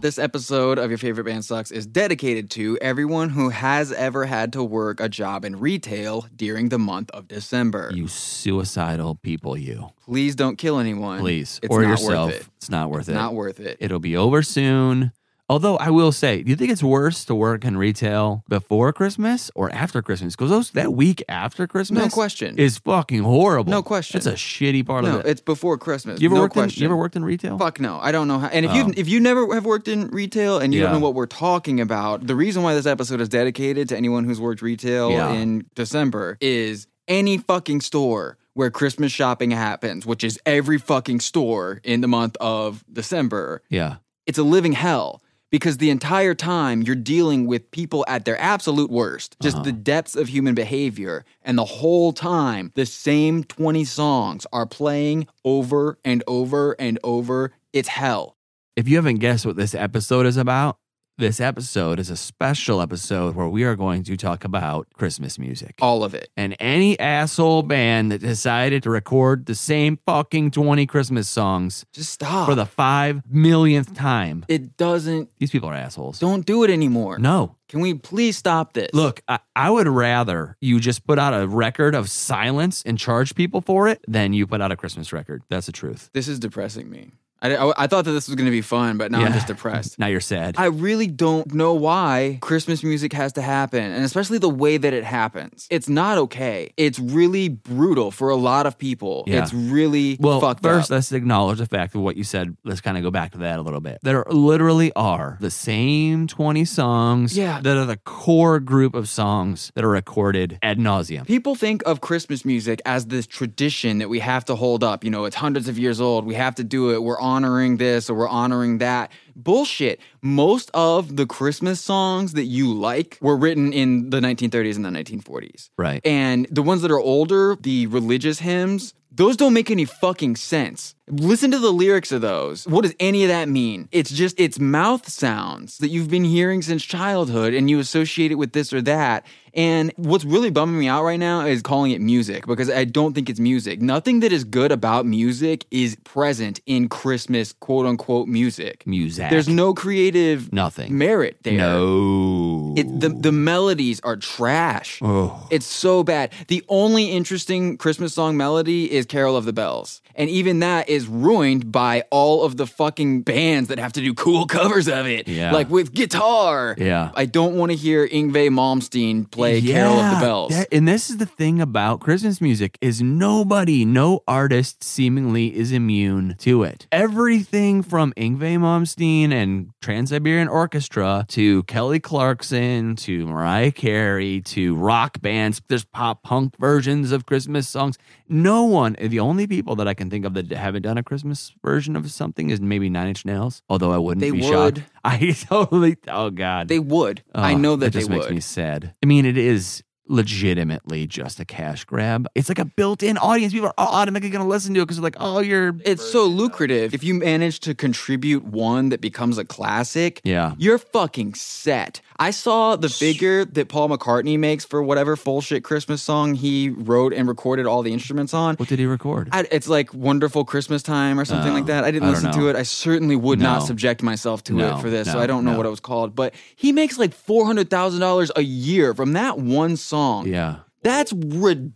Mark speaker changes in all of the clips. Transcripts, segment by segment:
Speaker 1: This episode of Your Favorite Band Sucks is dedicated to everyone who has ever had to work a job in retail during the month of December.
Speaker 2: You suicidal people, you.
Speaker 1: Please don't kill anyone.
Speaker 2: Please.
Speaker 1: It's
Speaker 2: or
Speaker 1: not
Speaker 2: yourself.
Speaker 1: worth it.
Speaker 2: It's not worth it.
Speaker 1: Not worth it.
Speaker 2: It'll be over soon. Although I will say, do you think it's worse to work in retail before Christmas or after Christmas? Because that week after Christmas
Speaker 1: No question.
Speaker 2: is fucking horrible.
Speaker 1: No question.
Speaker 2: It's a shitty part
Speaker 1: no,
Speaker 2: of it.
Speaker 1: it's before Christmas.
Speaker 2: you ever
Speaker 1: no
Speaker 2: worked
Speaker 1: question.
Speaker 2: in you ever worked in retail?
Speaker 1: Fuck no, I don't know how. And if
Speaker 2: Oh.
Speaker 1: you if you never have worked in retail and you
Speaker 2: Yeah.
Speaker 1: don't know what we're talking about, the reason why this episode is dedicated to anyone who's worked retail
Speaker 2: Yeah.
Speaker 1: in December is any fucking store where Christmas shopping happens, which is every fucking store in the month of December.
Speaker 2: Yeah.
Speaker 1: It's a living hell because the entire time you're dealing with people at their absolute worst, just
Speaker 2: Uh-huh.
Speaker 1: the depths of human behavior, and the whole time the same 20 songs are playing over and over and over. It's hell.
Speaker 2: If you haven't guessed what this episode is about, this episode is a special episode where we are going to talk about Christmas music.
Speaker 1: All of it.
Speaker 2: and any asshole band that decided to record the same fucking 20 Christmas songs
Speaker 1: Just stop.
Speaker 2: for the five millionth time.
Speaker 1: it doesn't.
Speaker 2: These people are assholes.
Speaker 1: Don't do it anymore.
Speaker 2: No.
Speaker 1: Can we please stop this?
Speaker 2: Look, I, I would rather you just put out a record of silence and charge people for it than you put out a Christmas record. That's the truth.
Speaker 1: this is depressing me. I, I, I thought that this was going to be fun, but now I'm
Speaker 2: Yeah.
Speaker 1: just depressed.
Speaker 2: Now you're sad.
Speaker 1: I really don't know why Christmas music has to happen, and especially the way that it happens. It's not okay. It's really brutal for a lot of people.
Speaker 2: Yeah.
Speaker 1: It's really
Speaker 2: well,
Speaker 1: fucked
Speaker 2: first, uh,
Speaker 1: up.
Speaker 2: let's acknowledge the fact of what you said. Let's kind of go back to that a little bit. There literally are the same 20 songs
Speaker 1: Yeah.
Speaker 2: that are the core group of songs that are recorded ad nauseum.
Speaker 1: People think of Christmas music as this tradition that we have to hold up. You know, it's hundreds of years old. We have to do it. We're honoring this or we're honoring that. Bullshit. Most of the Christmas songs that you like were written in the 1930s and the 1940s.
Speaker 2: Right.
Speaker 1: And the ones that are older, the religious hymns, those don't make any fucking sense. Listen to the lyrics of those. What does any of that mean? It's just, it's mouth sounds that you've been hearing since childhood and you associate it with this or that. And what's really bumming me out right now is calling it music because I don't think it's music. Nothing that is good about music is present in Christmas quote unquote music.
Speaker 2: music.
Speaker 1: There's no creative
Speaker 2: nothing.
Speaker 1: merit there.
Speaker 2: No.
Speaker 1: It, the, the melodies are trash.
Speaker 2: oh.
Speaker 1: It's so bad. The only interesting Christmas song melody is Carol of the Bells. And even that is ruined by all of the fucking bands that have to do cool covers of it.
Speaker 2: Yeah.
Speaker 1: Like with guitar.
Speaker 2: Yeah.
Speaker 1: I don't want to hear Ingve Malmsteen play Carol of the
Speaker 2: Yeah,
Speaker 1: Bells.
Speaker 2: that- and this is the thing about Christmas music is nobody, no artist seemingly is immune to it. Everything from Ingve Malmsteen and Trans-Siberian Orchestra to Kelly Clarkson to Mariah Carey to rock bands, there's pop punk versions of Christmas songs. No one, the only people that I can think of that haven't done a Christmas version of something is maybe Nine Inch Nails, although I wouldn't
Speaker 1: They
Speaker 2: be
Speaker 1: would.
Speaker 2: shocked. I totally, oh God.
Speaker 1: they would.
Speaker 2: Oh,
Speaker 1: I know that,
Speaker 2: just
Speaker 1: they
Speaker 2: makes me
Speaker 1: would.
Speaker 2: sad. I mean, it is legitimately just a cash grab. It's like a built-in audience. People are automatically going to listen to it because they're like, "Oh, you're."
Speaker 1: It's so lucrative. If you manage to contribute one that becomes a classic,
Speaker 2: Yeah.
Speaker 1: You're fucking set. I saw the figure that Paul McCartney makes for whatever bullshit Christmas song he wrote and recorded all the instruments on.
Speaker 2: What did he record?
Speaker 1: I, it's like Wonderful Christmas Time or something
Speaker 2: Oh,
Speaker 1: like that. I didn't
Speaker 2: I don't
Speaker 1: listen to
Speaker 2: know.
Speaker 1: it. I certainly would not
Speaker 2: No.
Speaker 1: subject myself to
Speaker 2: No,
Speaker 1: it for this, so
Speaker 2: no,
Speaker 1: I don't know
Speaker 2: no.
Speaker 1: what it was called. But he makes like $400,000 a year from that one song.
Speaker 2: yeah.
Speaker 1: That's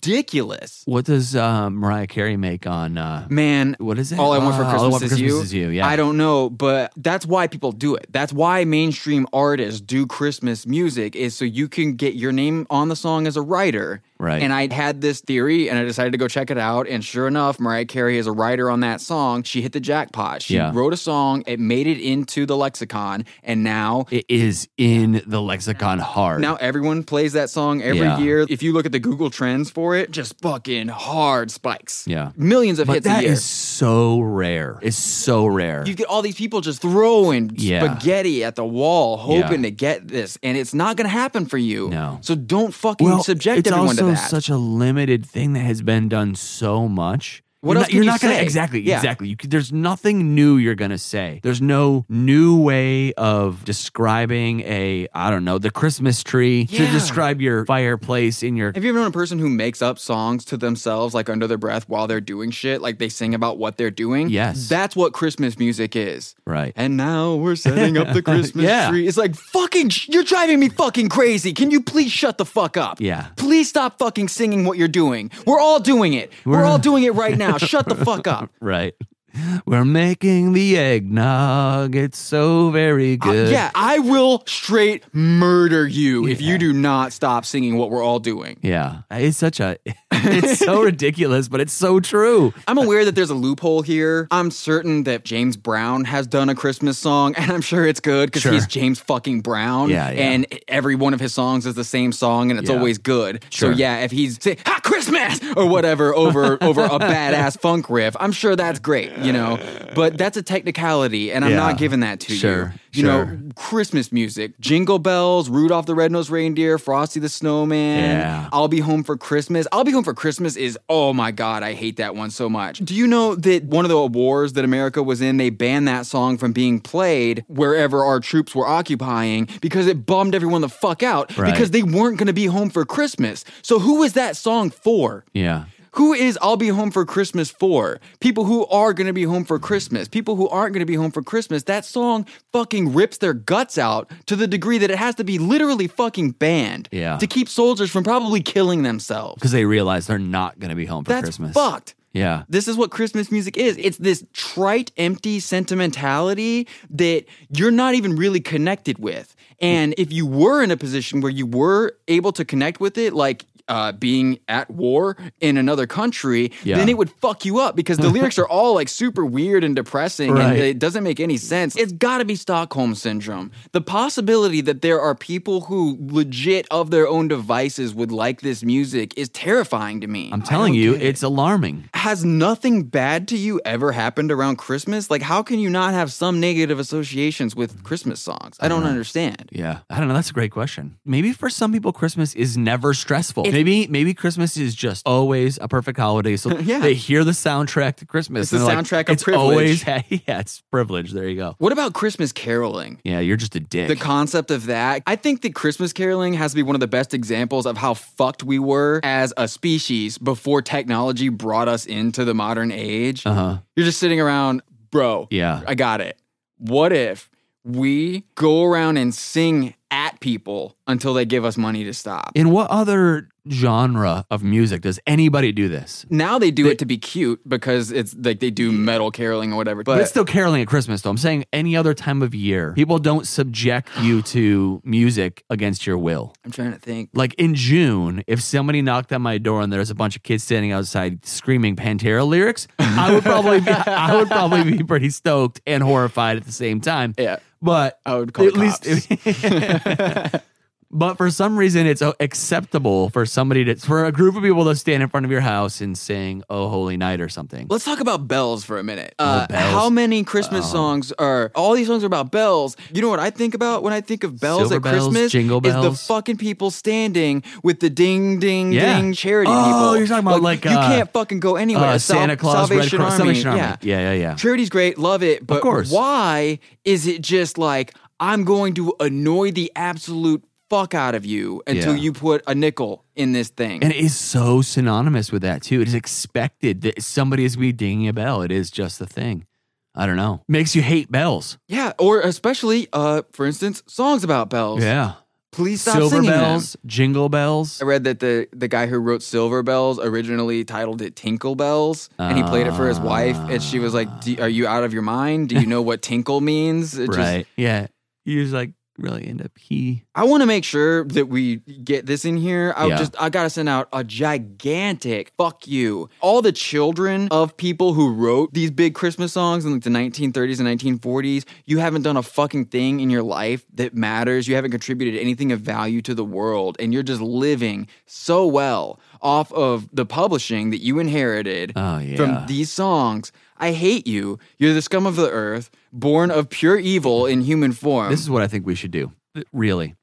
Speaker 1: ridiculous.
Speaker 2: What does uh, Mariah Carey make on? Uh,
Speaker 1: Man,
Speaker 2: what is it?
Speaker 1: all I want for
Speaker 2: Ah,
Speaker 1: Christmas,
Speaker 2: all I want for
Speaker 1: is,
Speaker 2: Christmas
Speaker 1: you.
Speaker 2: is you. Yeah.
Speaker 1: I don't know, but that's why people do it. That's why mainstream artists do Christmas music is so you can get your name on the song as a writer.
Speaker 2: Right.
Speaker 1: And I had this theory, and I decided to go check it out. And sure enough, Mariah Carey is a writer on that song. She hit the jackpot. She
Speaker 2: Yeah.
Speaker 1: wrote a song. It made it into the lexicon, and now.
Speaker 2: It is in the lexicon hard.
Speaker 1: Now everyone plays that song every
Speaker 2: Yeah.
Speaker 1: year. If you look at the Google trends for it, just fucking hard spikes.
Speaker 2: Yeah.
Speaker 1: Millions of
Speaker 2: but
Speaker 1: hits a
Speaker 2: that
Speaker 1: year.
Speaker 2: is so rare. It's so rare.
Speaker 1: You get all these people just throwing
Speaker 2: Yeah.
Speaker 1: spaghetti at the wall, hoping
Speaker 2: Yeah.
Speaker 1: to get this, and it's not going to happen for you.
Speaker 2: No.
Speaker 1: So don't fucking subject
Speaker 2: it's
Speaker 1: everyone to
Speaker 2: also
Speaker 1: that.
Speaker 2: such a limited thing that has been done so much
Speaker 1: What
Speaker 2: you're
Speaker 1: else
Speaker 2: not,
Speaker 1: can
Speaker 2: you're
Speaker 1: you
Speaker 2: not gonna
Speaker 1: say?
Speaker 2: exactly
Speaker 1: Yeah.
Speaker 2: exactly. You, c- there's nothing new you're gonna say. There's no new way of describing a I don't know the Christmas tree to
Speaker 1: Yeah.
Speaker 2: describe your fireplace in your
Speaker 1: Have you ever known a person who makes up songs to themselves, like under their breath while they're doing shit? Like they sing about what they're doing?
Speaker 2: Yes.
Speaker 1: That's what Christmas music is.
Speaker 2: right.
Speaker 1: And now we're setting up the Christmas
Speaker 2: Yeah.
Speaker 1: tree. It's like, fucking, sh- you're driving me fucking crazy. Can you please shut the fuck up?
Speaker 2: Yeah.
Speaker 1: Please stop fucking singing what you're doing. We're all doing it. We're, all doing it right now. Shut the fuck up.
Speaker 2: Right. We're making the eggnog. It's so very
Speaker 1: Uh,
Speaker 2: good.
Speaker 1: yeah, I will straight murder you if you do not stop singing what we're all doing.
Speaker 2: Yeah. It's such a it's so ridiculous, but it's so true.
Speaker 1: I'm aware that there's a loophole here. I'm certain that James Brown has done a Christmas song, and I'm sure it's good because
Speaker 2: Sure.
Speaker 1: he's James fucking Brown.
Speaker 2: Yeah, yeah.
Speaker 1: And every one of his songs is the same song, and it's
Speaker 2: Yeah.
Speaker 1: always good.
Speaker 2: Sure.
Speaker 1: So yeah, if he's say "Ha Christmas" or whatever over over a badass funk riff, I'm sure that's great. You know, but that's a technicality, and I'm
Speaker 2: Yeah.
Speaker 1: not giving that to
Speaker 2: Sure,
Speaker 1: you. You
Speaker 2: sure.
Speaker 1: know, Christmas music, Jingle Bells, Rudolph the Red-Nosed Reindeer, Frosty the Snowman.
Speaker 2: Yeah.
Speaker 1: I'll be home for Christmas. I'll be home for Christmas is oh my god, I hate that one so much. Do you know that one of the wars that America was in, they banned that song from being played wherever our troops were occupying because it bummed everyone the fuck out
Speaker 2: Right.
Speaker 1: because they weren't going to be home for Christmas. So who is that song for?
Speaker 2: Yeah.
Speaker 1: Who is I'll be home for Christmas for? People who are going to be home for Christmas. People who aren't going to be home for Christmas. That song fucking rips their guts out to the degree that it has to be literally fucking banned
Speaker 2: Yeah.
Speaker 1: to keep soldiers from probably killing themselves.
Speaker 2: Because they realize they're not going to be home for
Speaker 1: That's
Speaker 2: Christmas.
Speaker 1: fucked.
Speaker 2: Yeah.
Speaker 1: This is what Christmas music is. It's this trite, empty sentimentality that you're not even really connected with. And if you were in a position where you were able to connect with it, like uh, being at war in another country,
Speaker 2: Yeah.
Speaker 1: then it would fuck you up because the lyrics are all like super weird and depressing
Speaker 2: Right.
Speaker 1: and it doesn't make any sense. It's got to be Stockholm syndrome. The possibility that there are people who legit of their own devices would like this music is terrifying to me
Speaker 2: I'm telling you, it's alarming.
Speaker 1: has nothing bad to you ever happened around Christmas? Like, how can you not have some negative associations with Christmas songs? I don't
Speaker 2: Mm-hmm.
Speaker 1: understand.
Speaker 2: Yeah. I don't know. That's a great question. Maybe for some people, Christmas is never stressful. maybe maybe Christmas is just always a perfect holiday. So
Speaker 1: Yeah.
Speaker 2: they hear the soundtrack to Christmas.
Speaker 1: It's the
Speaker 2: and they're
Speaker 1: soundtrack of
Speaker 2: it's
Speaker 1: privilege."
Speaker 2: Always, yeah, it's privilege. There you go.
Speaker 1: What about Christmas caroling?
Speaker 2: Yeah, you're just a dick.
Speaker 1: The concept of that, I think that Christmas caroling has to be one of the best examples of how fucked we were as a species before technology brought us into the modern age.
Speaker 2: uh huh.
Speaker 1: You're just sitting around, bro.
Speaker 2: Yeah.
Speaker 1: I got it. What if we go around and sing at people until they give us money to stop?
Speaker 2: In what other genre of music does anybody do this?
Speaker 1: Now they do it to be cute because it's like they do metal caroling or whatever. But,
Speaker 2: But it's still caroling at Christmas, though. I'm saying any other time of year, people don't subject you to music against your will.
Speaker 1: I'm trying to think.
Speaker 2: Like in June, if somebody knocked on my door and there's a bunch of kids standing outside screaming Pantera lyrics, I would probably be, I would probably be pretty stoked and horrified at the same time.
Speaker 1: Yeah.
Speaker 2: But
Speaker 1: I would call
Speaker 2: at
Speaker 1: the
Speaker 2: least. but for some reason, it's uh, acceptable for somebody to for a group of people to stand in front of your house and sing "Oh Holy Night" or something.
Speaker 1: Let's talk about bells for a minute. Uh,
Speaker 2: Oh, bells. Oh.
Speaker 1: How many Christmas songs are all these songs are about bells? You know what I think about when I think of bells
Speaker 2: Silver
Speaker 1: at
Speaker 2: bells,
Speaker 1: Christmas?
Speaker 2: jingle
Speaker 1: Is the
Speaker 2: bells.
Speaker 1: fucking people standing with the ding, ding,
Speaker 2: Yeah.
Speaker 1: ding charity
Speaker 2: Oh,
Speaker 1: people?
Speaker 2: you're talking about like,
Speaker 1: you
Speaker 2: uh,
Speaker 1: can't fucking go anywhere.
Speaker 2: Uh,
Speaker 1: Sal-
Speaker 2: Santa Claus,
Speaker 1: Salvation
Speaker 2: Red Cross,
Speaker 1: Army.
Speaker 2: Salvation Army. Yeah, yeah, yeah.
Speaker 1: Charity's great, love it, but
Speaker 2: course.
Speaker 1: why is it just like I'm going to annoy the absolute fuck out of you until
Speaker 2: Yeah.
Speaker 1: you put a nickel in this thing?
Speaker 2: And it is so synonymous with that too. It is expected that somebody is going to be dinging a bell. It is just the thing. I don't know. Makes you hate bells.
Speaker 1: yeah, or especially, uh, for instance, songs about bells.
Speaker 2: Yeah.
Speaker 1: Please stop
Speaker 2: Silver
Speaker 1: singing them.
Speaker 2: bells, jingle bells.
Speaker 1: I read that the the guy who wrote Silver Bells originally titled it Tinkle Bells, and he played it for his wife, and she was like, D- "Are you out of your mind? Do you know what tinkle means?" It just-
Speaker 2: Ah. Right. yeah. You just like really end up he.
Speaker 1: I want to make sure that we get this in here. I
Speaker 2: Yeah.
Speaker 1: just I gotta send out a gigantic fuck you. All the children of people who wrote these big Christmas songs in like the 1930s and 1940s. You haven't done a fucking thing in your life that matters. You haven't contributed anything of value to the world, and you're just living so well off of the publishing that you inherited
Speaker 2: Oh, yeah.
Speaker 1: from these songs. I hate you. You're the scum of the earth, born of pure evil in human form.
Speaker 2: This is what I think we should do. Really.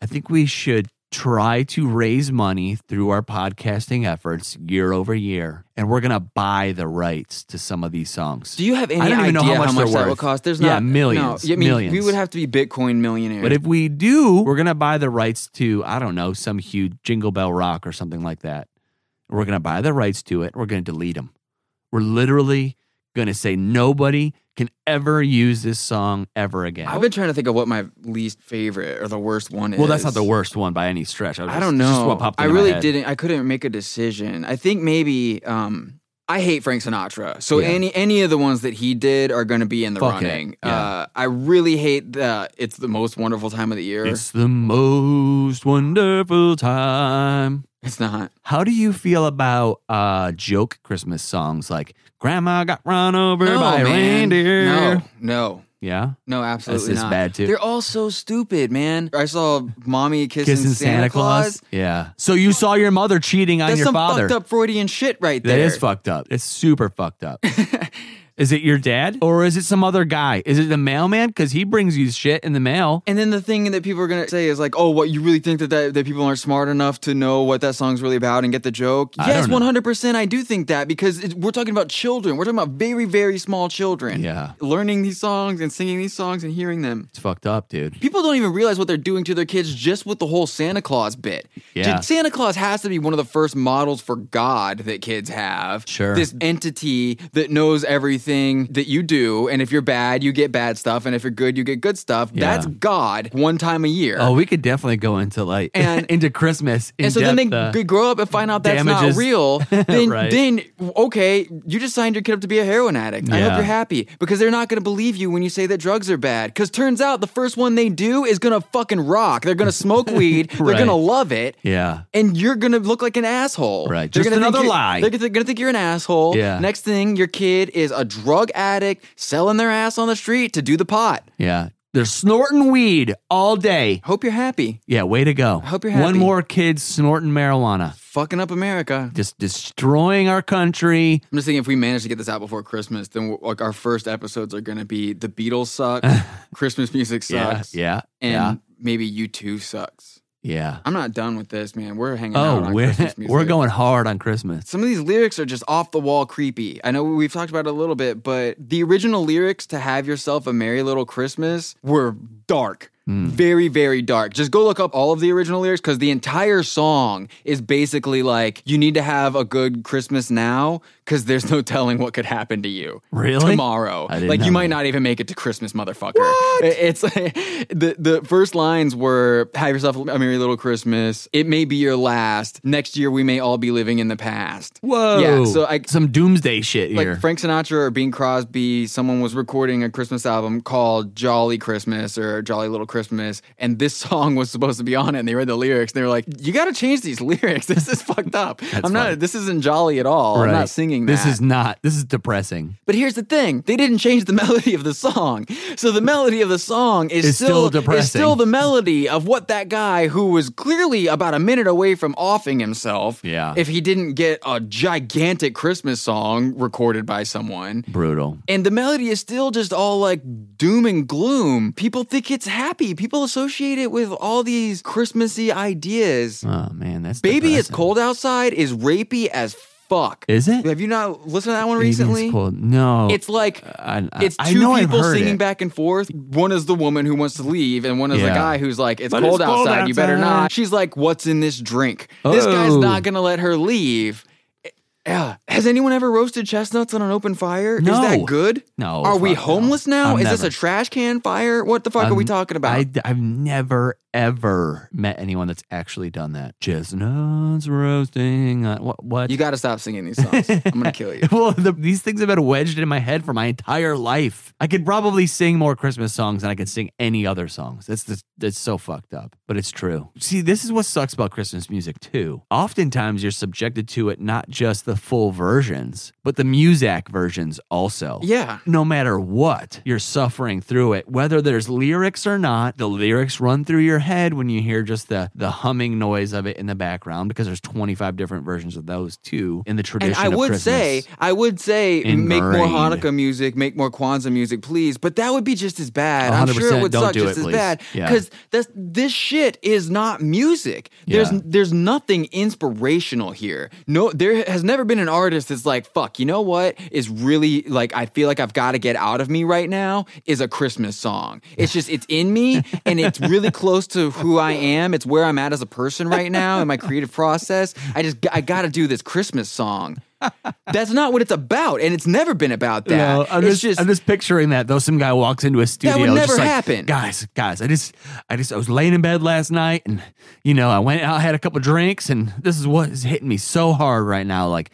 Speaker 2: I think we should try to raise money through our podcasting efforts year over year. And we're going to buy the rights to some of these songs.
Speaker 1: Do you have any
Speaker 2: don't
Speaker 1: idea
Speaker 2: even know how much they're
Speaker 1: that
Speaker 2: worth.
Speaker 1: would cost? There's
Speaker 2: Yeah,
Speaker 1: not
Speaker 2: millions,
Speaker 1: No, I mean, we
Speaker 2: millions.
Speaker 1: would have to be Bitcoin millionaires.
Speaker 2: But if we do, we're going to buy the rights to, I don't know, some huge Jingle Bell Rock or something like that. We're going to buy the rights to it. We're going to delete them. We're literally going to say nobody can ever use this song ever again.
Speaker 1: I've been trying to think of what my least favorite or the worst one is.
Speaker 2: well, that's not the worst one by any stretch. was
Speaker 1: I
Speaker 2: just-
Speaker 1: don't know.
Speaker 2: it's Just what popped
Speaker 1: I
Speaker 2: into my
Speaker 1: really
Speaker 2: head.
Speaker 1: didn't. I couldn't make a decision. I think maybe. Um, I hate Frank Sinatra, so
Speaker 2: Yeah.
Speaker 1: any any of the ones that he did are going to be in the
Speaker 2: Fuck it.
Speaker 1: running.
Speaker 2: Yeah.
Speaker 1: Uh, I really hate the "It's the Most Wonderful Time of the Year." It's,
Speaker 2: It's the most wonderful time.
Speaker 1: not.
Speaker 2: How do you feel about uh, joke Christmas songs like "Grandma Got Run Over
Speaker 1: no,
Speaker 2: by a
Speaker 1: man.
Speaker 2: Reindeer"?
Speaker 1: No, no,
Speaker 2: Yeah,
Speaker 1: no,
Speaker 2: that's
Speaker 1: absolutely
Speaker 2: this
Speaker 1: not.
Speaker 2: bad too.
Speaker 1: They're all so stupid, man. I saw mommy kissing,
Speaker 2: Kissing Santa, Claus. Yeah. So you saw your mother cheating on
Speaker 1: That's
Speaker 2: your
Speaker 1: some
Speaker 2: father.
Speaker 1: fucked up Freudian shit right
Speaker 2: That
Speaker 1: there.
Speaker 2: is fucked up. It's super fucked up. is it your dad or is it some other guy? Is it the mailman? Because he brings you shit in the mail.
Speaker 1: And then the thing that people are gonna say is like, "Oh, what you really think that, that that people aren't smart enough to know what that song's really about and get the joke?"
Speaker 2: I
Speaker 1: yes,
Speaker 2: don't know.
Speaker 1: one hundred percent, I do think that because it, we're talking about children. We're talking about very, very small children.
Speaker 2: Yeah.
Speaker 1: learning these songs and singing these songs and hearing them.
Speaker 2: It's fucked up, dude.
Speaker 1: People don't even realize what they're doing to their kids just with the whole Santa Claus bit.
Speaker 2: Yeah.
Speaker 1: Dude, Santa Claus has to be one of the first models for God that kids have.
Speaker 2: Sure.
Speaker 1: This entity that knows everything that you do. And if you're bad, you get bad stuff. And if you're good, you get good stuff.
Speaker 2: Yeah.
Speaker 1: That's God one time a year.
Speaker 2: Oh, we could definitely go into like
Speaker 1: And-
Speaker 2: into Christmas. In
Speaker 1: and so then they
Speaker 2: depth, uh,
Speaker 1: g- grow up and find out that's
Speaker 2: damages.
Speaker 1: not real. Then,
Speaker 2: Right.
Speaker 1: then okay, you just signed your kid up to be a heroin addict. I hope
Speaker 2: Yeah.
Speaker 1: you're happy because they're not going to believe you when you say that drugs are bad. Because turns out the first one they do is going to fucking rock. They're going to smoke weed.
Speaker 2: Right.
Speaker 1: They're going to love it.
Speaker 2: yeah.
Speaker 1: And you're gonna look like an asshole,
Speaker 2: Right.
Speaker 1: They're
Speaker 2: Just
Speaker 1: gonna think
Speaker 2: another
Speaker 1: you're-
Speaker 2: lie.
Speaker 1: They're gonna gonna think you're an asshole.
Speaker 2: Yeah.
Speaker 1: Next thing, your kid is a drug addict selling their ass on the street to do the pot.
Speaker 2: Yeah. They're snorting weed all day.
Speaker 1: Hope you're happy.
Speaker 2: Yeah, way to go.
Speaker 1: hope you're
Speaker 2: One
Speaker 1: happy.
Speaker 2: more kid snorting marijuana.
Speaker 1: Fucking up America.
Speaker 2: Just destroying our country.
Speaker 1: I'm just thinking if we manage to get this out before Christmas, then we're- like our first episodes are going to be the Beatles suck, Christmas music sucks,
Speaker 2: Yeah. Yeah.
Speaker 1: and
Speaker 2: yeah.
Speaker 1: maybe you too sucks.
Speaker 2: Yeah.
Speaker 1: I'm not done with this, man. We're hanging out
Speaker 2: Oh,
Speaker 1: on
Speaker 2: we're
Speaker 1: Christmas music.
Speaker 2: we're going hard on Christmas.
Speaker 1: Some of these lyrics are just off the wall creepy. I know we've talked about it a little bit, but the original lyrics to Have Yourself a Merry Little Christmas were dark. Very, very dark. Just go look up all of the original lyrics because the entire song is basically like, you need to have a good Christmas now because there's no telling what could happen to you.
Speaker 2: Really?
Speaker 1: Tomorrow.
Speaker 2: I didn't
Speaker 1: like,
Speaker 2: know
Speaker 1: you might
Speaker 2: that.
Speaker 1: not even make it to Christmas, motherfucker. What? It's the, the first lines were, Have yourself a merry little Christmas. It may be your last. Next year, we may all be living in the past.
Speaker 2: Whoa.
Speaker 1: Yeah, so I-
Speaker 2: some doomsday shit
Speaker 1: Like
Speaker 2: here.
Speaker 1: Frank Sinatra or Bing Crosby, someone was recording a Christmas album called Jolly Christmas or Jolly Little Christmas, and this song was supposed to be on it. And they read the lyrics, and they were like, "You got to change these lyrics. This is fucked up. I'm not.
Speaker 2: funny.
Speaker 1: This isn't jolly at all.
Speaker 2: Right.
Speaker 1: I'm not singing that.
Speaker 2: This is not. This is depressing.
Speaker 1: But here's the thing: they didn't change the melody of the song, so the melody of the song is
Speaker 2: It's still
Speaker 1: still,
Speaker 2: depressing.
Speaker 1: Is still the melody of what that guy who was clearly about a minute away from offing himself.
Speaker 2: Yeah.
Speaker 1: If he didn't get a gigantic Christmas song recorded by someone.
Speaker 2: Brutal.
Speaker 1: And the melody is still just all like doom and gloom. People think it's happy. People associate it with all these Christmassy ideas.
Speaker 2: Oh man, that's
Speaker 1: Baby, it's
Speaker 2: depressing.
Speaker 1: cold outside is rapey as fuck.
Speaker 2: Is it?
Speaker 1: Have you not listened to that one
Speaker 2: Baby, it's
Speaker 1: recently?
Speaker 2: cold. No.
Speaker 1: It's like
Speaker 2: I, I,
Speaker 1: it's
Speaker 2: Uh, I
Speaker 1: two
Speaker 2: know I've
Speaker 1: people
Speaker 2: heard
Speaker 1: singing
Speaker 2: it.
Speaker 1: back and forth. One is the woman who wants to leave, and one is
Speaker 2: Yeah.
Speaker 1: the guy who's like, "It's,
Speaker 2: But
Speaker 1: cold,
Speaker 2: it's cold
Speaker 1: outside. You better
Speaker 2: outside."
Speaker 1: not." She's like, "What's in this drink?" This guy's
Speaker 2: Oh.
Speaker 1: not gonna let her leave. Eh, Yeah. Has anyone ever roasted chestnuts on an open fire? Is
Speaker 2: No.
Speaker 1: that good?
Speaker 2: No,
Speaker 1: Are we
Speaker 2: fuck no.
Speaker 1: homeless now?
Speaker 2: I've
Speaker 1: is this
Speaker 2: never-
Speaker 1: a trash can fire? What the fuck are we
Speaker 2: Um,
Speaker 1: talking about?
Speaker 2: I, have never ever met anyone that's actually done that. Chestnuts roasting. On, what? What?
Speaker 1: you got to stop singing these songs. I'm gonna kill you.
Speaker 2: well, the, these things have been wedged in my head for my entire life. I could probably sing more Christmas songs than I could sing any other songs. That's just, that's so fucked up, but it's true. See, this is what sucks about Christmas music too. Oftentimes, you're subjected to it not just the full versions, but the Muzak versions also.
Speaker 1: Yeah.
Speaker 2: No matter what, you're suffering through it. Whether there's lyrics or not, the lyrics run through your head when you hear just the, the humming noise of it in the background because there's 25 different versions of those too in the tradition
Speaker 1: And I
Speaker 2: of
Speaker 1: would
Speaker 2: Christmas.
Speaker 1: say, I would say, make more
Speaker 2: Ingrained.
Speaker 1: Hanukkah music, make more Kwanzaa music, please. But that would be just as bad. i am sure
Speaker 2: 100%
Speaker 1: it would
Speaker 2: don't
Speaker 1: suck
Speaker 2: do
Speaker 1: just
Speaker 2: it,
Speaker 1: as
Speaker 2: please.
Speaker 1: bad
Speaker 2: Yeah.
Speaker 1: because that's this shit is not music. There's
Speaker 2: Yeah.
Speaker 1: there's nothing inspirational here. No, there has never been an artist that's like, fuck, you know what is really like I feel like I've got to get out of me right now is a Christmas song. It's just it's in me and it's really close to who I am. It's where I'm at as a person right now in my creative process. I just I got to do this Christmas song. That's not what it's about, and it's never been about that.
Speaker 2: No, I'm
Speaker 1: it's
Speaker 2: just, I'm just picturing that though. Some guy walks into a studio.
Speaker 1: would
Speaker 2: just
Speaker 1: never
Speaker 2: like,
Speaker 1: happen.
Speaker 2: Guys, guys, I just, I just, I was laying in bed last night, and you know, I went out, had a couple drinks, and this is what is hitting me so hard right now. Like,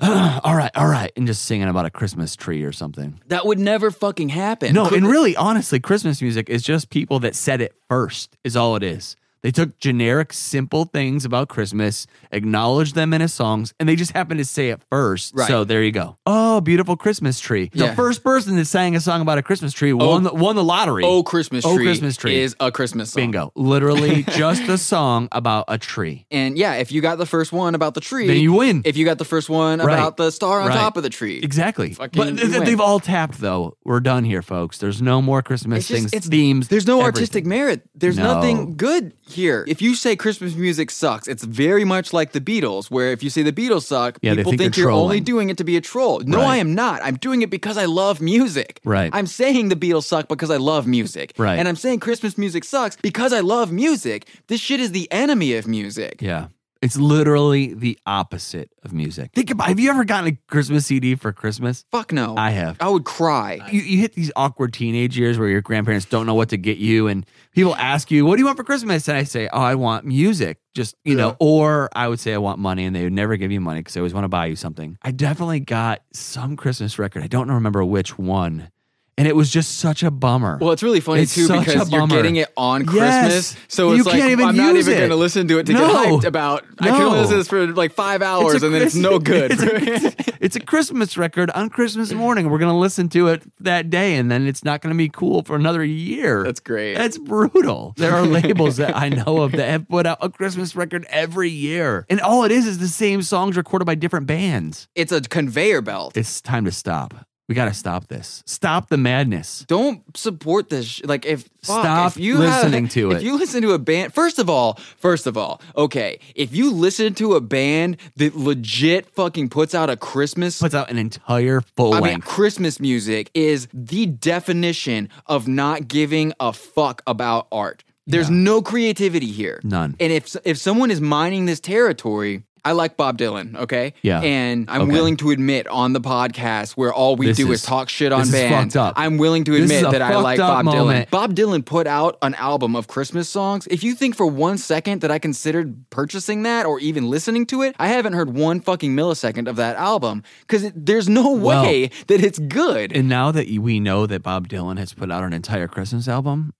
Speaker 2: "Ugh, all right, all right, and just singing about a Christmas tree or something.
Speaker 1: that would never fucking happen.
Speaker 2: No,
Speaker 1: Could-
Speaker 2: and really, honestly, Christmas music is just people that said it first. Is all it is. They took generic, simple things about Christmas, acknowledged them in his songs, and they just happened to say it first.
Speaker 1: Right.
Speaker 2: So there you go. Oh, beautiful Christmas tree. The
Speaker 1: Yeah.
Speaker 2: first person that sang a song about a Christmas tree won, the, won the lottery.
Speaker 1: Oh, Christmas tree,
Speaker 2: Oh, Christmas tree.
Speaker 1: is a Christmas song.
Speaker 2: Bingo. Literally just a song about a tree.
Speaker 1: And yeah, if you got the first one about the tree,
Speaker 2: Then you win.
Speaker 1: If you got the first one
Speaker 2: Right.
Speaker 1: about the star on
Speaker 2: Right.
Speaker 1: top of the tree,
Speaker 2: Exactly.
Speaker 1: Fucking
Speaker 2: but th-
Speaker 1: win.
Speaker 2: they've all tapped, though. We're done here, folks. There's no more Christmas
Speaker 1: It's just-
Speaker 2: things,
Speaker 1: it's-
Speaker 2: themes.
Speaker 1: There's no
Speaker 2: everything.
Speaker 1: artistic merit. There's
Speaker 2: No.
Speaker 1: nothing good here. If you say Christmas music sucks, it's very much like the Beatles, where if you say the Beatles suck,
Speaker 2: Yeah, they
Speaker 1: people
Speaker 2: think
Speaker 1: think,
Speaker 2: you're
Speaker 1: you're only
Speaker 2: trolling.
Speaker 1: doing it to be a troll. No,
Speaker 2: Right.
Speaker 1: I am not. I'm doing it because I love music.
Speaker 2: Right.
Speaker 1: I'm saying the Beatles suck because I love music.
Speaker 2: Right.
Speaker 1: And I'm saying Christmas music sucks because I love music. This shit is the enemy of music.
Speaker 2: Yeah. It's literally the opposite of music. Think about have you ever gotten a Christmas CD for Christmas?
Speaker 1: Fuck no.
Speaker 2: I have.
Speaker 1: I would cry.
Speaker 2: You, you hit these awkward teenage years where your grandparents don't know what to get you, and people ask you, What do you want for Christmas? And I say, Oh, I want music. Just, you know, or I would say, I want money, and they would never give you money because they always want to buy you something. I definitely got some Christmas record. I don't remember which one. And it was just such a bummer.
Speaker 1: Well, it's really funny
Speaker 2: It's
Speaker 1: too
Speaker 2: such
Speaker 1: because
Speaker 2: a
Speaker 1: you're
Speaker 2: bummer.
Speaker 1: getting it on
Speaker 2: Yes.
Speaker 1: Christmas, so it's
Speaker 2: You
Speaker 1: like
Speaker 2: can't even
Speaker 1: I'm not
Speaker 2: use
Speaker 1: even
Speaker 2: it.
Speaker 1: going to listen to it to
Speaker 2: No.
Speaker 1: get hyped about. I can
Speaker 2: No.
Speaker 1: listen to this for like five
Speaker 2: It's a
Speaker 1: hours and then it's no good.
Speaker 2: Christmas- It's a, it's a Christmas record on Christmas morning. We're going to listen to it that day, and then it's not going to be cool for another year.
Speaker 1: That's great.
Speaker 2: That's brutal. There are labels that I know of that have put out a Christmas record every year, and all it is is the same songs recorded by different bands.
Speaker 1: it's a conveyor belt.
Speaker 2: It's time to stop. We got to stop this. Stop the madness.
Speaker 1: Don't support this. Sh- like if fuck,
Speaker 2: Stop
Speaker 1: if you
Speaker 2: listening
Speaker 1: have,
Speaker 2: to it.
Speaker 1: If you listen to a band, first of all, first of all, okay, if you listen to a band that legit fucking puts out a Christmas
Speaker 2: Puts out an entire full
Speaker 1: I mean,
Speaker 2: length.
Speaker 1: Christmas music is the definition of not giving a fuck about art. There's no creativity here.
Speaker 2: None.
Speaker 1: And if if someone is mining this territory, I like Bob Dylan, okay?
Speaker 2: Yeah.
Speaker 1: And I'm
Speaker 2: Okay.
Speaker 1: willing to admit on the podcast where all we
Speaker 2: This
Speaker 1: do is,
Speaker 2: is-
Speaker 1: talk shit on
Speaker 2: this is
Speaker 1: bands.
Speaker 2: fucked up.
Speaker 1: I'm willing to
Speaker 2: This is
Speaker 1: admit
Speaker 2: a
Speaker 1: that I
Speaker 2: fucked
Speaker 1: like
Speaker 2: up
Speaker 1: Bob
Speaker 2: moment.
Speaker 1: Dylan. Bob Dylan put out an album of Christmas songs. If you think for one second that I considered purchasing that or even listening to it, I haven't heard one fucking millisecond of that album because there's no
Speaker 2: Well-
Speaker 1: way that it's good.
Speaker 2: And now that we know that Bob Dylan has put out an entire Christmas album,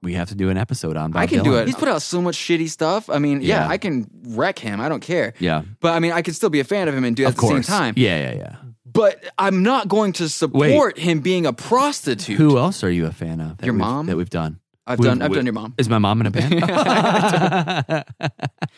Speaker 2: we have to do an episode on Bob
Speaker 1: I can do
Speaker 2: Dylan.
Speaker 1: it. He's put out so much shitty stuff. I mean, yeah,
Speaker 2: Yeah.
Speaker 1: I can wreck him. I don't care.
Speaker 2: Yeah.
Speaker 1: But I mean, I could still be a fan of him and do that
Speaker 2: Of
Speaker 1: at the same
Speaker 2: course.
Speaker 1: time.
Speaker 2: Yeah, yeah, yeah.
Speaker 1: But I'm not going to support him being a prostitute.
Speaker 2: Who else are you a fan of? that
Speaker 1: Your
Speaker 2: we've-
Speaker 1: mom?
Speaker 2: that we've done.
Speaker 1: I've
Speaker 2: We've-
Speaker 1: done. I've
Speaker 2: we-
Speaker 1: done your mom.
Speaker 2: Is my mom in a band?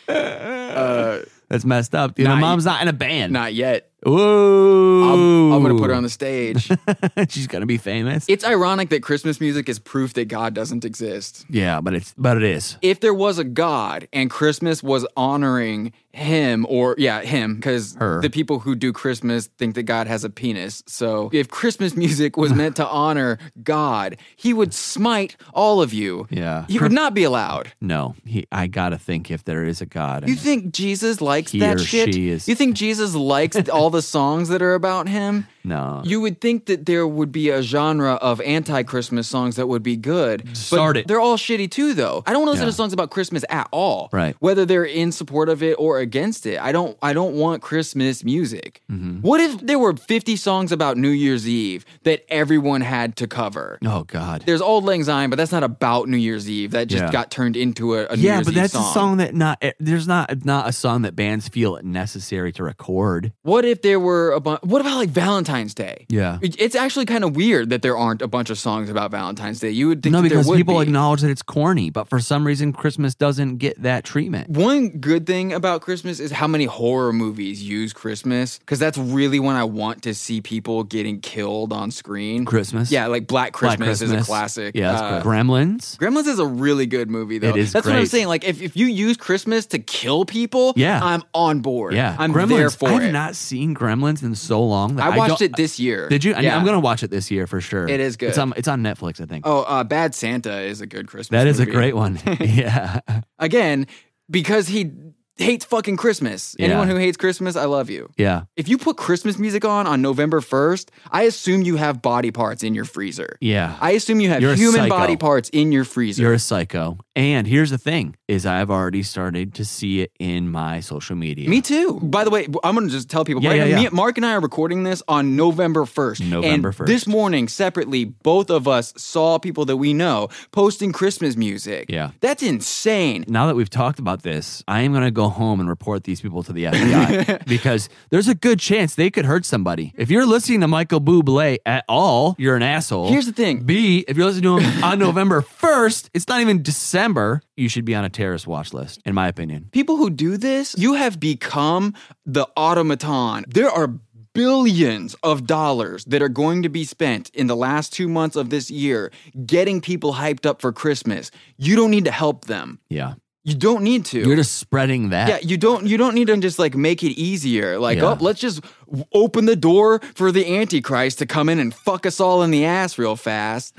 Speaker 1: Uh,
Speaker 2: That's messed up. Dude,
Speaker 1: Nah,
Speaker 2: my
Speaker 1: you-
Speaker 2: mom's not in a band.
Speaker 1: not yet. I'm,
Speaker 2: Whoa!
Speaker 1: I'm gonna put her on the stage.
Speaker 2: the. She's gonna be famous.
Speaker 1: it's ironic that Christmas music is proof that God doesn't exist.
Speaker 2: yeah, but it's but it is.
Speaker 1: If there was a God and Christmas was honoring him, or yeah, him, because
Speaker 2: Her.
Speaker 1: the people who do Christmas think that God has a penis. So if Christmas music was meant to honor God, he would smite all of you.
Speaker 2: Yeah.
Speaker 1: He would not be allowed.
Speaker 2: No, he. I gotta think if there is a god.
Speaker 1: You
Speaker 2: and-
Speaker 1: think Jesus likes
Speaker 2: He
Speaker 1: that
Speaker 2: or
Speaker 1: shit?
Speaker 2: she is-
Speaker 1: You think Jesus likes all the songs that are about him?
Speaker 2: No.
Speaker 1: You would think that there would be a genre of anti-Christmas songs that would be good. but
Speaker 2: Start it.
Speaker 1: They're all shitty too, though. I don't want to listen
Speaker 2: Yeah.
Speaker 1: to songs about Christmas at all.
Speaker 2: Right.
Speaker 1: Whether they're in support of it or against it, I don't. I don't want Christmas music.
Speaker 2: Mm-hmm.
Speaker 1: What if there were 50 songs about New Year's Eve that everyone had to cover?
Speaker 2: oh God.
Speaker 1: There's Old Lang Syne, but that's not about New Year's Eve. That just
Speaker 2: Yeah.
Speaker 1: got turned into a, a New
Speaker 2: yeah,
Speaker 1: Year's
Speaker 2: but
Speaker 1: Eve
Speaker 2: that's
Speaker 1: song.
Speaker 2: a song that not eh, there's not not a song that bands feel it necessary to record.
Speaker 1: What if there were a bunch? What about like Valentine's Day?
Speaker 2: Yeah.
Speaker 1: It- It's actually kind of weird that there aren't a bunch of songs about Valentine's Day. You would think
Speaker 2: No,
Speaker 1: that there
Speaker 2: because
Speaker 1: would
Speaker 2: people
Speaker 1: be.
Speaker 2: acknowledge that it's corny, but for some reason Christmas doesn't get that treatment.
Speaker 1: One good thing about Christmas is how many horror movies use Christmas because that's really when I want to see people getting killed on screen.
Speaker 2: Christmas.
Speaker 1: Yeah, like Black Christmas,
Speaker 2: Black Christmas
Speaker 1: is a classic.
Speaker 2: Yeah, that's
Speaker 1: Uh,
Speaker 2: good. Gremlins.
Speaker 1: Gremlins is a really good movie, though.
Speaker 2: It is
Speaker 1: That's what I'm
Speaker 2: great.
Speaker 1: saying. Like, if, if you use Christmas to kill people,
Speaker 2: Yeah.
Speaker 1: I'm on board.
Speaker 2: Yeah,
Speaker 1: I'm
Speaker 2: Gremlins.
Speaker 1: there for
Speaker 2: I have
Speaker 1: it.
Speaker 2: not seen Gremlins in so long. that
Speaker 1: I watched
Speaker 2: don't-
Speaker 1: it this year.
Speaker 2: Did you? I mean,
Speaker 1: Yeah.
Speaker 2: I'm gonna watch it this year for sure.
Speaker 1: It is good.
Speaker 2: It's on, it's on Netflix, I think.
Speaker 1: Oh, uh, Bad Santa is a good Christmas.
Speaker 2: that is a
Speaker 1: movie.
Speaker 2: great one. yeah,
Speaker 1: Again, because he hates fucking Christmas.
Speaker 2: Yeah.
Speaker 1: Anyone who hates Christmas, I love you.
Speaker 2: yeah.
Speaker 1: If you put Christmas music on on November 1st, I assume you have body parts in your freezer.
Speaker 2: Yeah.
Speaker 1: I assume you have
Speaker 2: You're a
Speaker 1: human
Speaker 2: psycho.
Speaker 1: body parts in your freezer.
Speaker 2: You're a psycho. And here's the thing is I've already started to see it in my social media.
Speaker 1: me too. By the way, I'm gonna just tell people.
Speaker 2: Yeah,
Speaker 1: right
Speaker 2: yeah,
Speaker 1: now,
Speaker 2: yeah.
Speaker 1: Me, Mark and I are recording this on November 1st.
Speaker 2: November
Speaker 1: And
Speaker 2: 1st.
Speaker 1: This morning, separately, both of us saw people that we know posting Christmas music.
Speaker 2: Yeah.
Speaker 1: that's insane.
Speaker 2: Now that we've talked about this, I am going to go home and report these people to the FBI because there's a good chance they could hurt somebody. If you're listening to Michael Bublé at all, you're an asshole.
Speaker 1: Here's the thing.
Speaker 2: B, if you're listening to him on November 1st, it's not even December, you should be on a terrorist watch list, in my opinion.
Speaker 1: people who do this, you have become the automaton. There are billions of dollars that are going to be spent in the last two months of this year getting people hyped up for Christmas. You don't need to help them.
Speaker 2: Yeah.
Speaker 1: You don't need to.
Speaker 2: You're just spreading that.
Speaker 1: yeah, you don't you don't need to just like make it easier. Like,
Speaker 2: Yeah.
Speaker 1: oh, let's just w- open the door for the antichrist to come in and fuck us all in the ass real fast.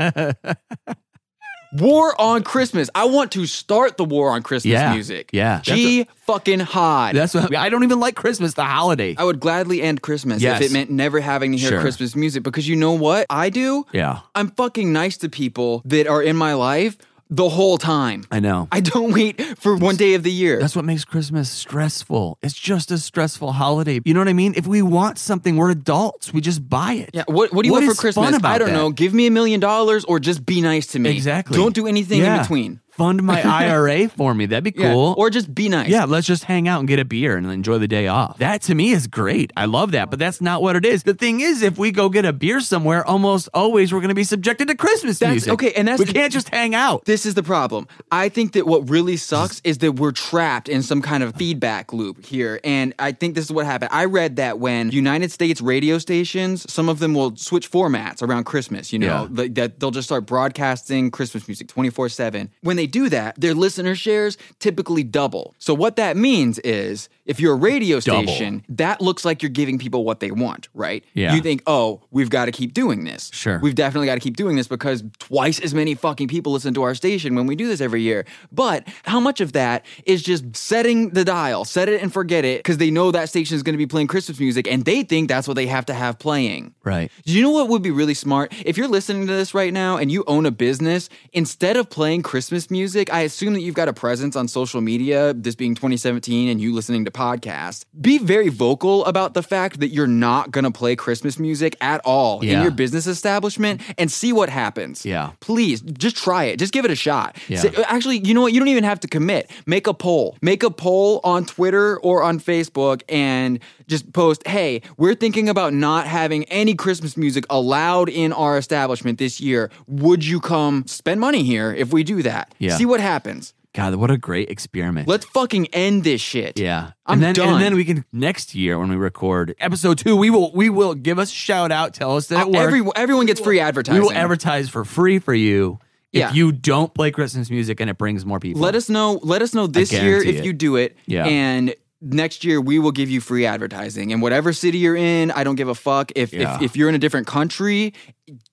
Speaker 1: war on Christmas. I want to start the war on Christmas
Speaker 2: Yeah.
Speaker 1: music.
Speaker 2: Yeah. That's
Speaker 1: G fucking hod.
Speaker 2: That's what I don't even like Christmas, the holiday.
Speaker 1: I would gladly end Christmas
Speaker 2: Yes.
Speaker 1: if it meant never having to hear
Speaker 2: Sure.
Speaker 1: Christmas music because you know what I do?
Speaker 2: Yeah.
Speaker 1: I'm fucking nice to people that are in my life the whole time.
Speaker 2: I know.
Speaker 1: I don't wait for one day of the year.
Speaker 2: That's what makes Christmas stressful. It's just a stressful holiday. You know what I mean? If we want something, we're adults. We just buy it.
Speaker 1: yeah, what, what do you want
Speaker 2: is
Speaker 1: for Christmas?
Speaker 2: fun about
Speaker 1: I don't
Speaker 2: that?
Speaker 1: know. Give me a million dollars or just be nice to me.
Speaker 2: Exactly.
Speaker 1: Don't do anything
Speaker 2: Yeah.
Speaker 1: in between.
Speaker 2: Fund my IRA for me. That'd be
Speaker 1: Yeah.
Speaker 2: cool.
Speaker 1: Or just be nice.
Speaker 2: yeah, let's just hang out and get a beer and enjoy the day off. That to me is great. I love that, but that's not what it is. The thing is, if we go get a beer somewhere, almost always we're going to be subjected to Christmas
Speaker 1: That's-
Speaker 2: music.
Speaker 1: okay, and that's
Speaker 2: we
Speaker 1: the-
Speaker 2: can't just hang out.
Speaker 1: This is the problem. I think that what really sucks is that we're trapped in some kind of feedback loop here. And I think this is what happened. I read that when United States radio stations, some of them will switch formats around Christmas, you know, like that they'll just start broadcasting Christmas music 24 7. When they do that, their listener shares typically double. So what that means is if you're a radio
Speaker 2: Double.
Speaker 1: station, that looks like you're giving people what they want, right?
Speaker 2: Yeah.
Speaker 1: You think, oh, we've got to keep doing this.
Speaker 2: Sure.
Speaker 1: We've definitely got to keep doing this because twice as many fucking people listen to our station when we do this every year. But how much of that is just setting the dial, set it and forget it, because they know that station is going to be playing Christmas music and they think that's what they have to have playing.
Speaker 2: Right.
Speaker 1: Do you know what would be really smart? If you're listening to this right now and you own a business, instead of playing Christmas music, I assume that you've got a presence on social media, this being 2017 and you listening to podcasts. Be very vocal about the fact that you're not going to play Christmas music at all in
Speaker 2: Yeah.
Speaker 1: your business establishment and see what happens.
Speaker 2: Yeah.
Speaker 1: Please just try it. Just give it a shot.
Speaker 2: Yeah.
Speaker 1: Say- uh, actually, you know what? You don't even have to commit. Make a poll. Make a poll on Twitter or on Facebook and just post, hey, we're thinking about not having any Christmas music allowed in our establishment this year. Would you come spend money here if we do that?
Speaker 2: Yeah.
Speaker 1: See what happens.
Speaker 2: God, what a great experiment.
Speaker 1: Let's fucking end this shit.
Speaker 2: Yeah.
Speaker 1: I'm
Speaker 2: and then
Speaker 1: done.
Speaker 2: and then we can next year when we record episode two, we will we will give us a shout out, tell us that it worked.
Speaker 1: Uh, Every, everyone gets free
Speaker 2: we
Speaker 1: advertising.
Speaker 2: will advertise for free for you if
Speaker 1: Yeah.
Speaker 2: you don't play Christmas music and it brings more people.
Speaker 1: Let us know. Let us know this year
Speaker 2: guarantee
Speaker 1: if
Speaker 2: it.
Speaker 1: you do it.
Speaker 2: Yeah.
Speaker 1: And next year we will give you free advertising. And whatever city you're in, I don't give a fuck. If
Speaker 2: Yeah.
Speaker 1: if, if you're in a different country,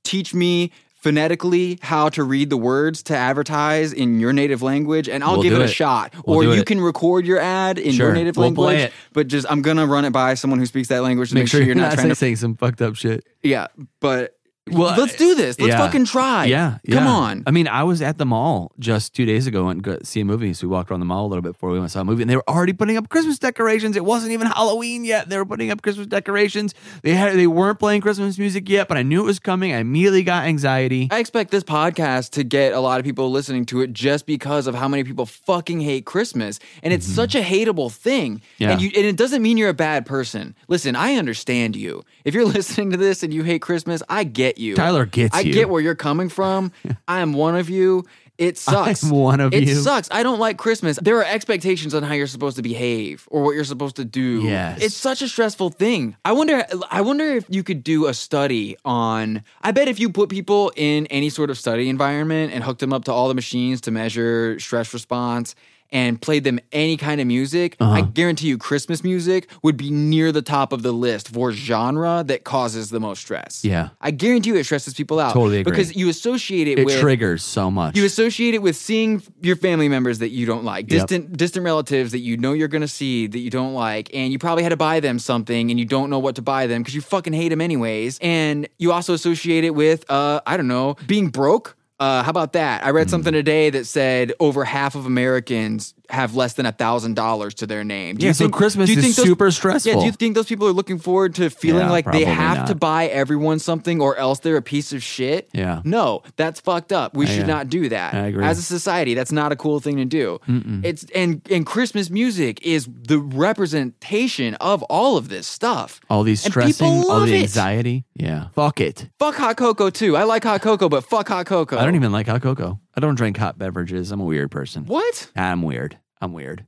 Speaker 1: teach me. phonetically how to read the words to advertise in your native language, and I'll
Speaker 2: We'll
Speaker 1: give
Speaker 2: do
Speaker 1: it a
Speaker 2: it.
Speaker 1: shot.
Speaker 2: We'll
Speaker 1: or
Speaker 2: do
Speaker 1: you
Speaker 2: it.
Speaker 1: can record your ad in your
Speaker 2: Sure.
Speaker 1: native
Speaker 2: We'll
Speaker 1: language,
Speaker 2: play it.
Speaker 1: but just I'm gonna run it by someone who speaks that language to
Speaker 2: Make sure you're not
Speaker 1: trying to.
Speaker 2: saying some fucked up shit.
Speaker 1: Yeah, but
Speaker 2: Well,
Speaker 1: let's do this. Let's
Speaker 2: yeah.
Speaker 1: fucking try.
Speaker 2: Yeah,
Speaker 1: come
Speaker 2: yeah.
Speaker 1: on.
Speaker 2: I mean, I was at the mall just two days ago and go see a movie. So we walked around the mall a little bit before we went and saw a movie, and they were already putting up Christmas decorations. It wasn't even Halloween yet. They were putting up Christmas decorations. They had they weren't playing Christmas music yet, but I knew it was coming. I immediately got anxiety.
Speaker 1: I expect this podcast to get a lot of people listening to it just because of how many people fucking hate Christmas. And it's such a hateable thing.
Speaker 2: Mm-hmm. Yeah.
Speaker 1: And, you, and it doesn't mean you're a bad person. Listen, I understand you. If you're listening to this and you hate Christmas, I get you.
Speaker 2: Tyler gets
Speaker 1: I
Speaker 2: you.
Speaker 1: get where you're coming from. I am one of you. It sucks.
Speaker 2: I'm one of
Speaker 1: it
Speaker 2: you.
Speaker 1: sucks. I don't like Christmas. There are expectations on how you're supposed to behave or what you're supposed to do.
Speaker 2: Yes.
Speaker 1: It's such a stressful thing. I wonder I wonder if you could do a study on I bet if you put people in any sort of study environment and hooked them up to all the machines to measure stress response and played them any kind of music, I
Speaker 2: Uh-huh.
Speaker 1: guarantee you Christmas music would be near the top of the list for genre that causes the most stress.
Speaker 2: Yeah.
Speaker 1: I guarantee you it stresses people out.
Speaker 2: Totally agree.
Speaker 1: Because you associate it,
Speaker 2: It
Speaker 1: with
Speaker 2: triggers so much.
Speaker 1: you associate it with seeing your family members that you don't like, distant distant relatives that you know you're gonna see that you don't like, and you probably had to buy them something and you don't know what to buy them because you fucking hate them anyways. And you also associate it with, uh, I don't know, being broke. Uh, how about that? I read
Speaker 2: Hmm.
Speaker 1: something today that said over half of Americans have less than a thousand dollars to their name. Do
Speaker 2: Yeah, so Christmas is super stressful.
Speaker 1: Yeah, do you think those people are looking forward to feeling
Speaker 2: Yeah,
Speaker 1: like they
Speaker 2: probably
Speaker 1: have to
Speaker 2: not.
Speaker 1: buy everyone something or else they're a piece of shit?
Speaker 2: Yeah.
Speaker 1: No, that's fucked up. We should
Speaker 2: yeah.
Speaker 1: not do that.
Speaker 2: I agree.
Speaker 1: As a society, that's not a cool thing to do. It's and and Christmas music is the representation of all of this stuff.
Speaker 2: all these
Speaker 1: And people
Speaker 2: stressing, all
Speaker 1: love
Speaker 2: the
Speaker 1: it.
Speaker 2: anxiety. Yeah, fuck it.
Speaker 1: Fuck hot cocoa too. I like hot cocoa, but fuck hot cocoa.
Speaker 2: I don't even like hot cocoa. I don't drink hot beverages. I'm a weird person.
Speaker 1: Oh. What?
Speaker 2: I'm weird. I'm weird.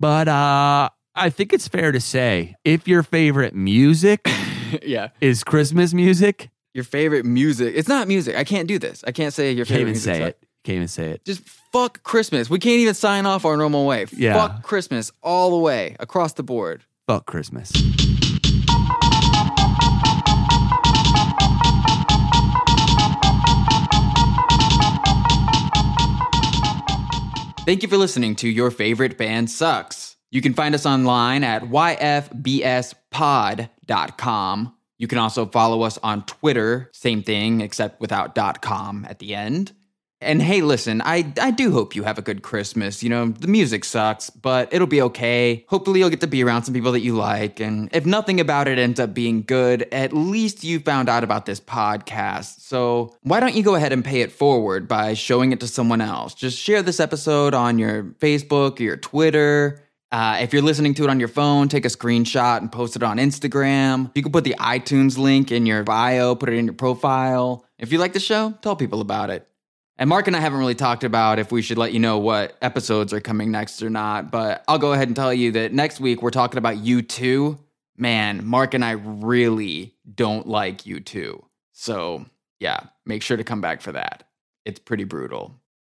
Speaker 2: But uh I think it's fair to say if your favorite music
Speaker 1: yeah.
Speaker 2: is Christmas music,
Speaker 1: Your favorite music. It's not music. I can't do this. I can't say your
Speaker 2: can't
Speaker 1: favorite
Speaker 2: even
Speaker 1: music.
Speaker 2: say
Speaker 1: sucks.
Speaker 2: it. Can't even say it.
Speaker 1: Just fuck Christmas. We can't even sign off our normal way.
Speaker 2: Yeah.
Speaker 1: Fuck Christmas all the way across the board.
Speaker 2: Fuck Christmas.
Speaker 1: Thank you for listening to Your Favorite Band Sucks. You can find us online at yfbspod.com. You can also follow us on Twitter, same thing, except without .com at the end. And hey, listen, I, I do hope you have a good Christmas. You know, the music sucks, but it'll be okay. Hopefully, you'll get to be around some people that you like. And if nothing about it ends up being good, at least you found out about this podcast. So why don't you go ahead and pay it forward by showing it to someone else? Just share this episode on your Facebook or your Twitter. Uh, if you're listening to it on your phone, take a screenshot and post it on Instagram. You can put the iTunes link in your bio, put it in your profile. If you like the show, tell people about it. And Mark and I haven't really talked about if we should let you know what episodes are coming next or not, but I'll go ahead and tell you that next week we're talking about U2. Man, Mark and I really don't like U2. So, yeah, make sure to come back for that. It's pretty brutal.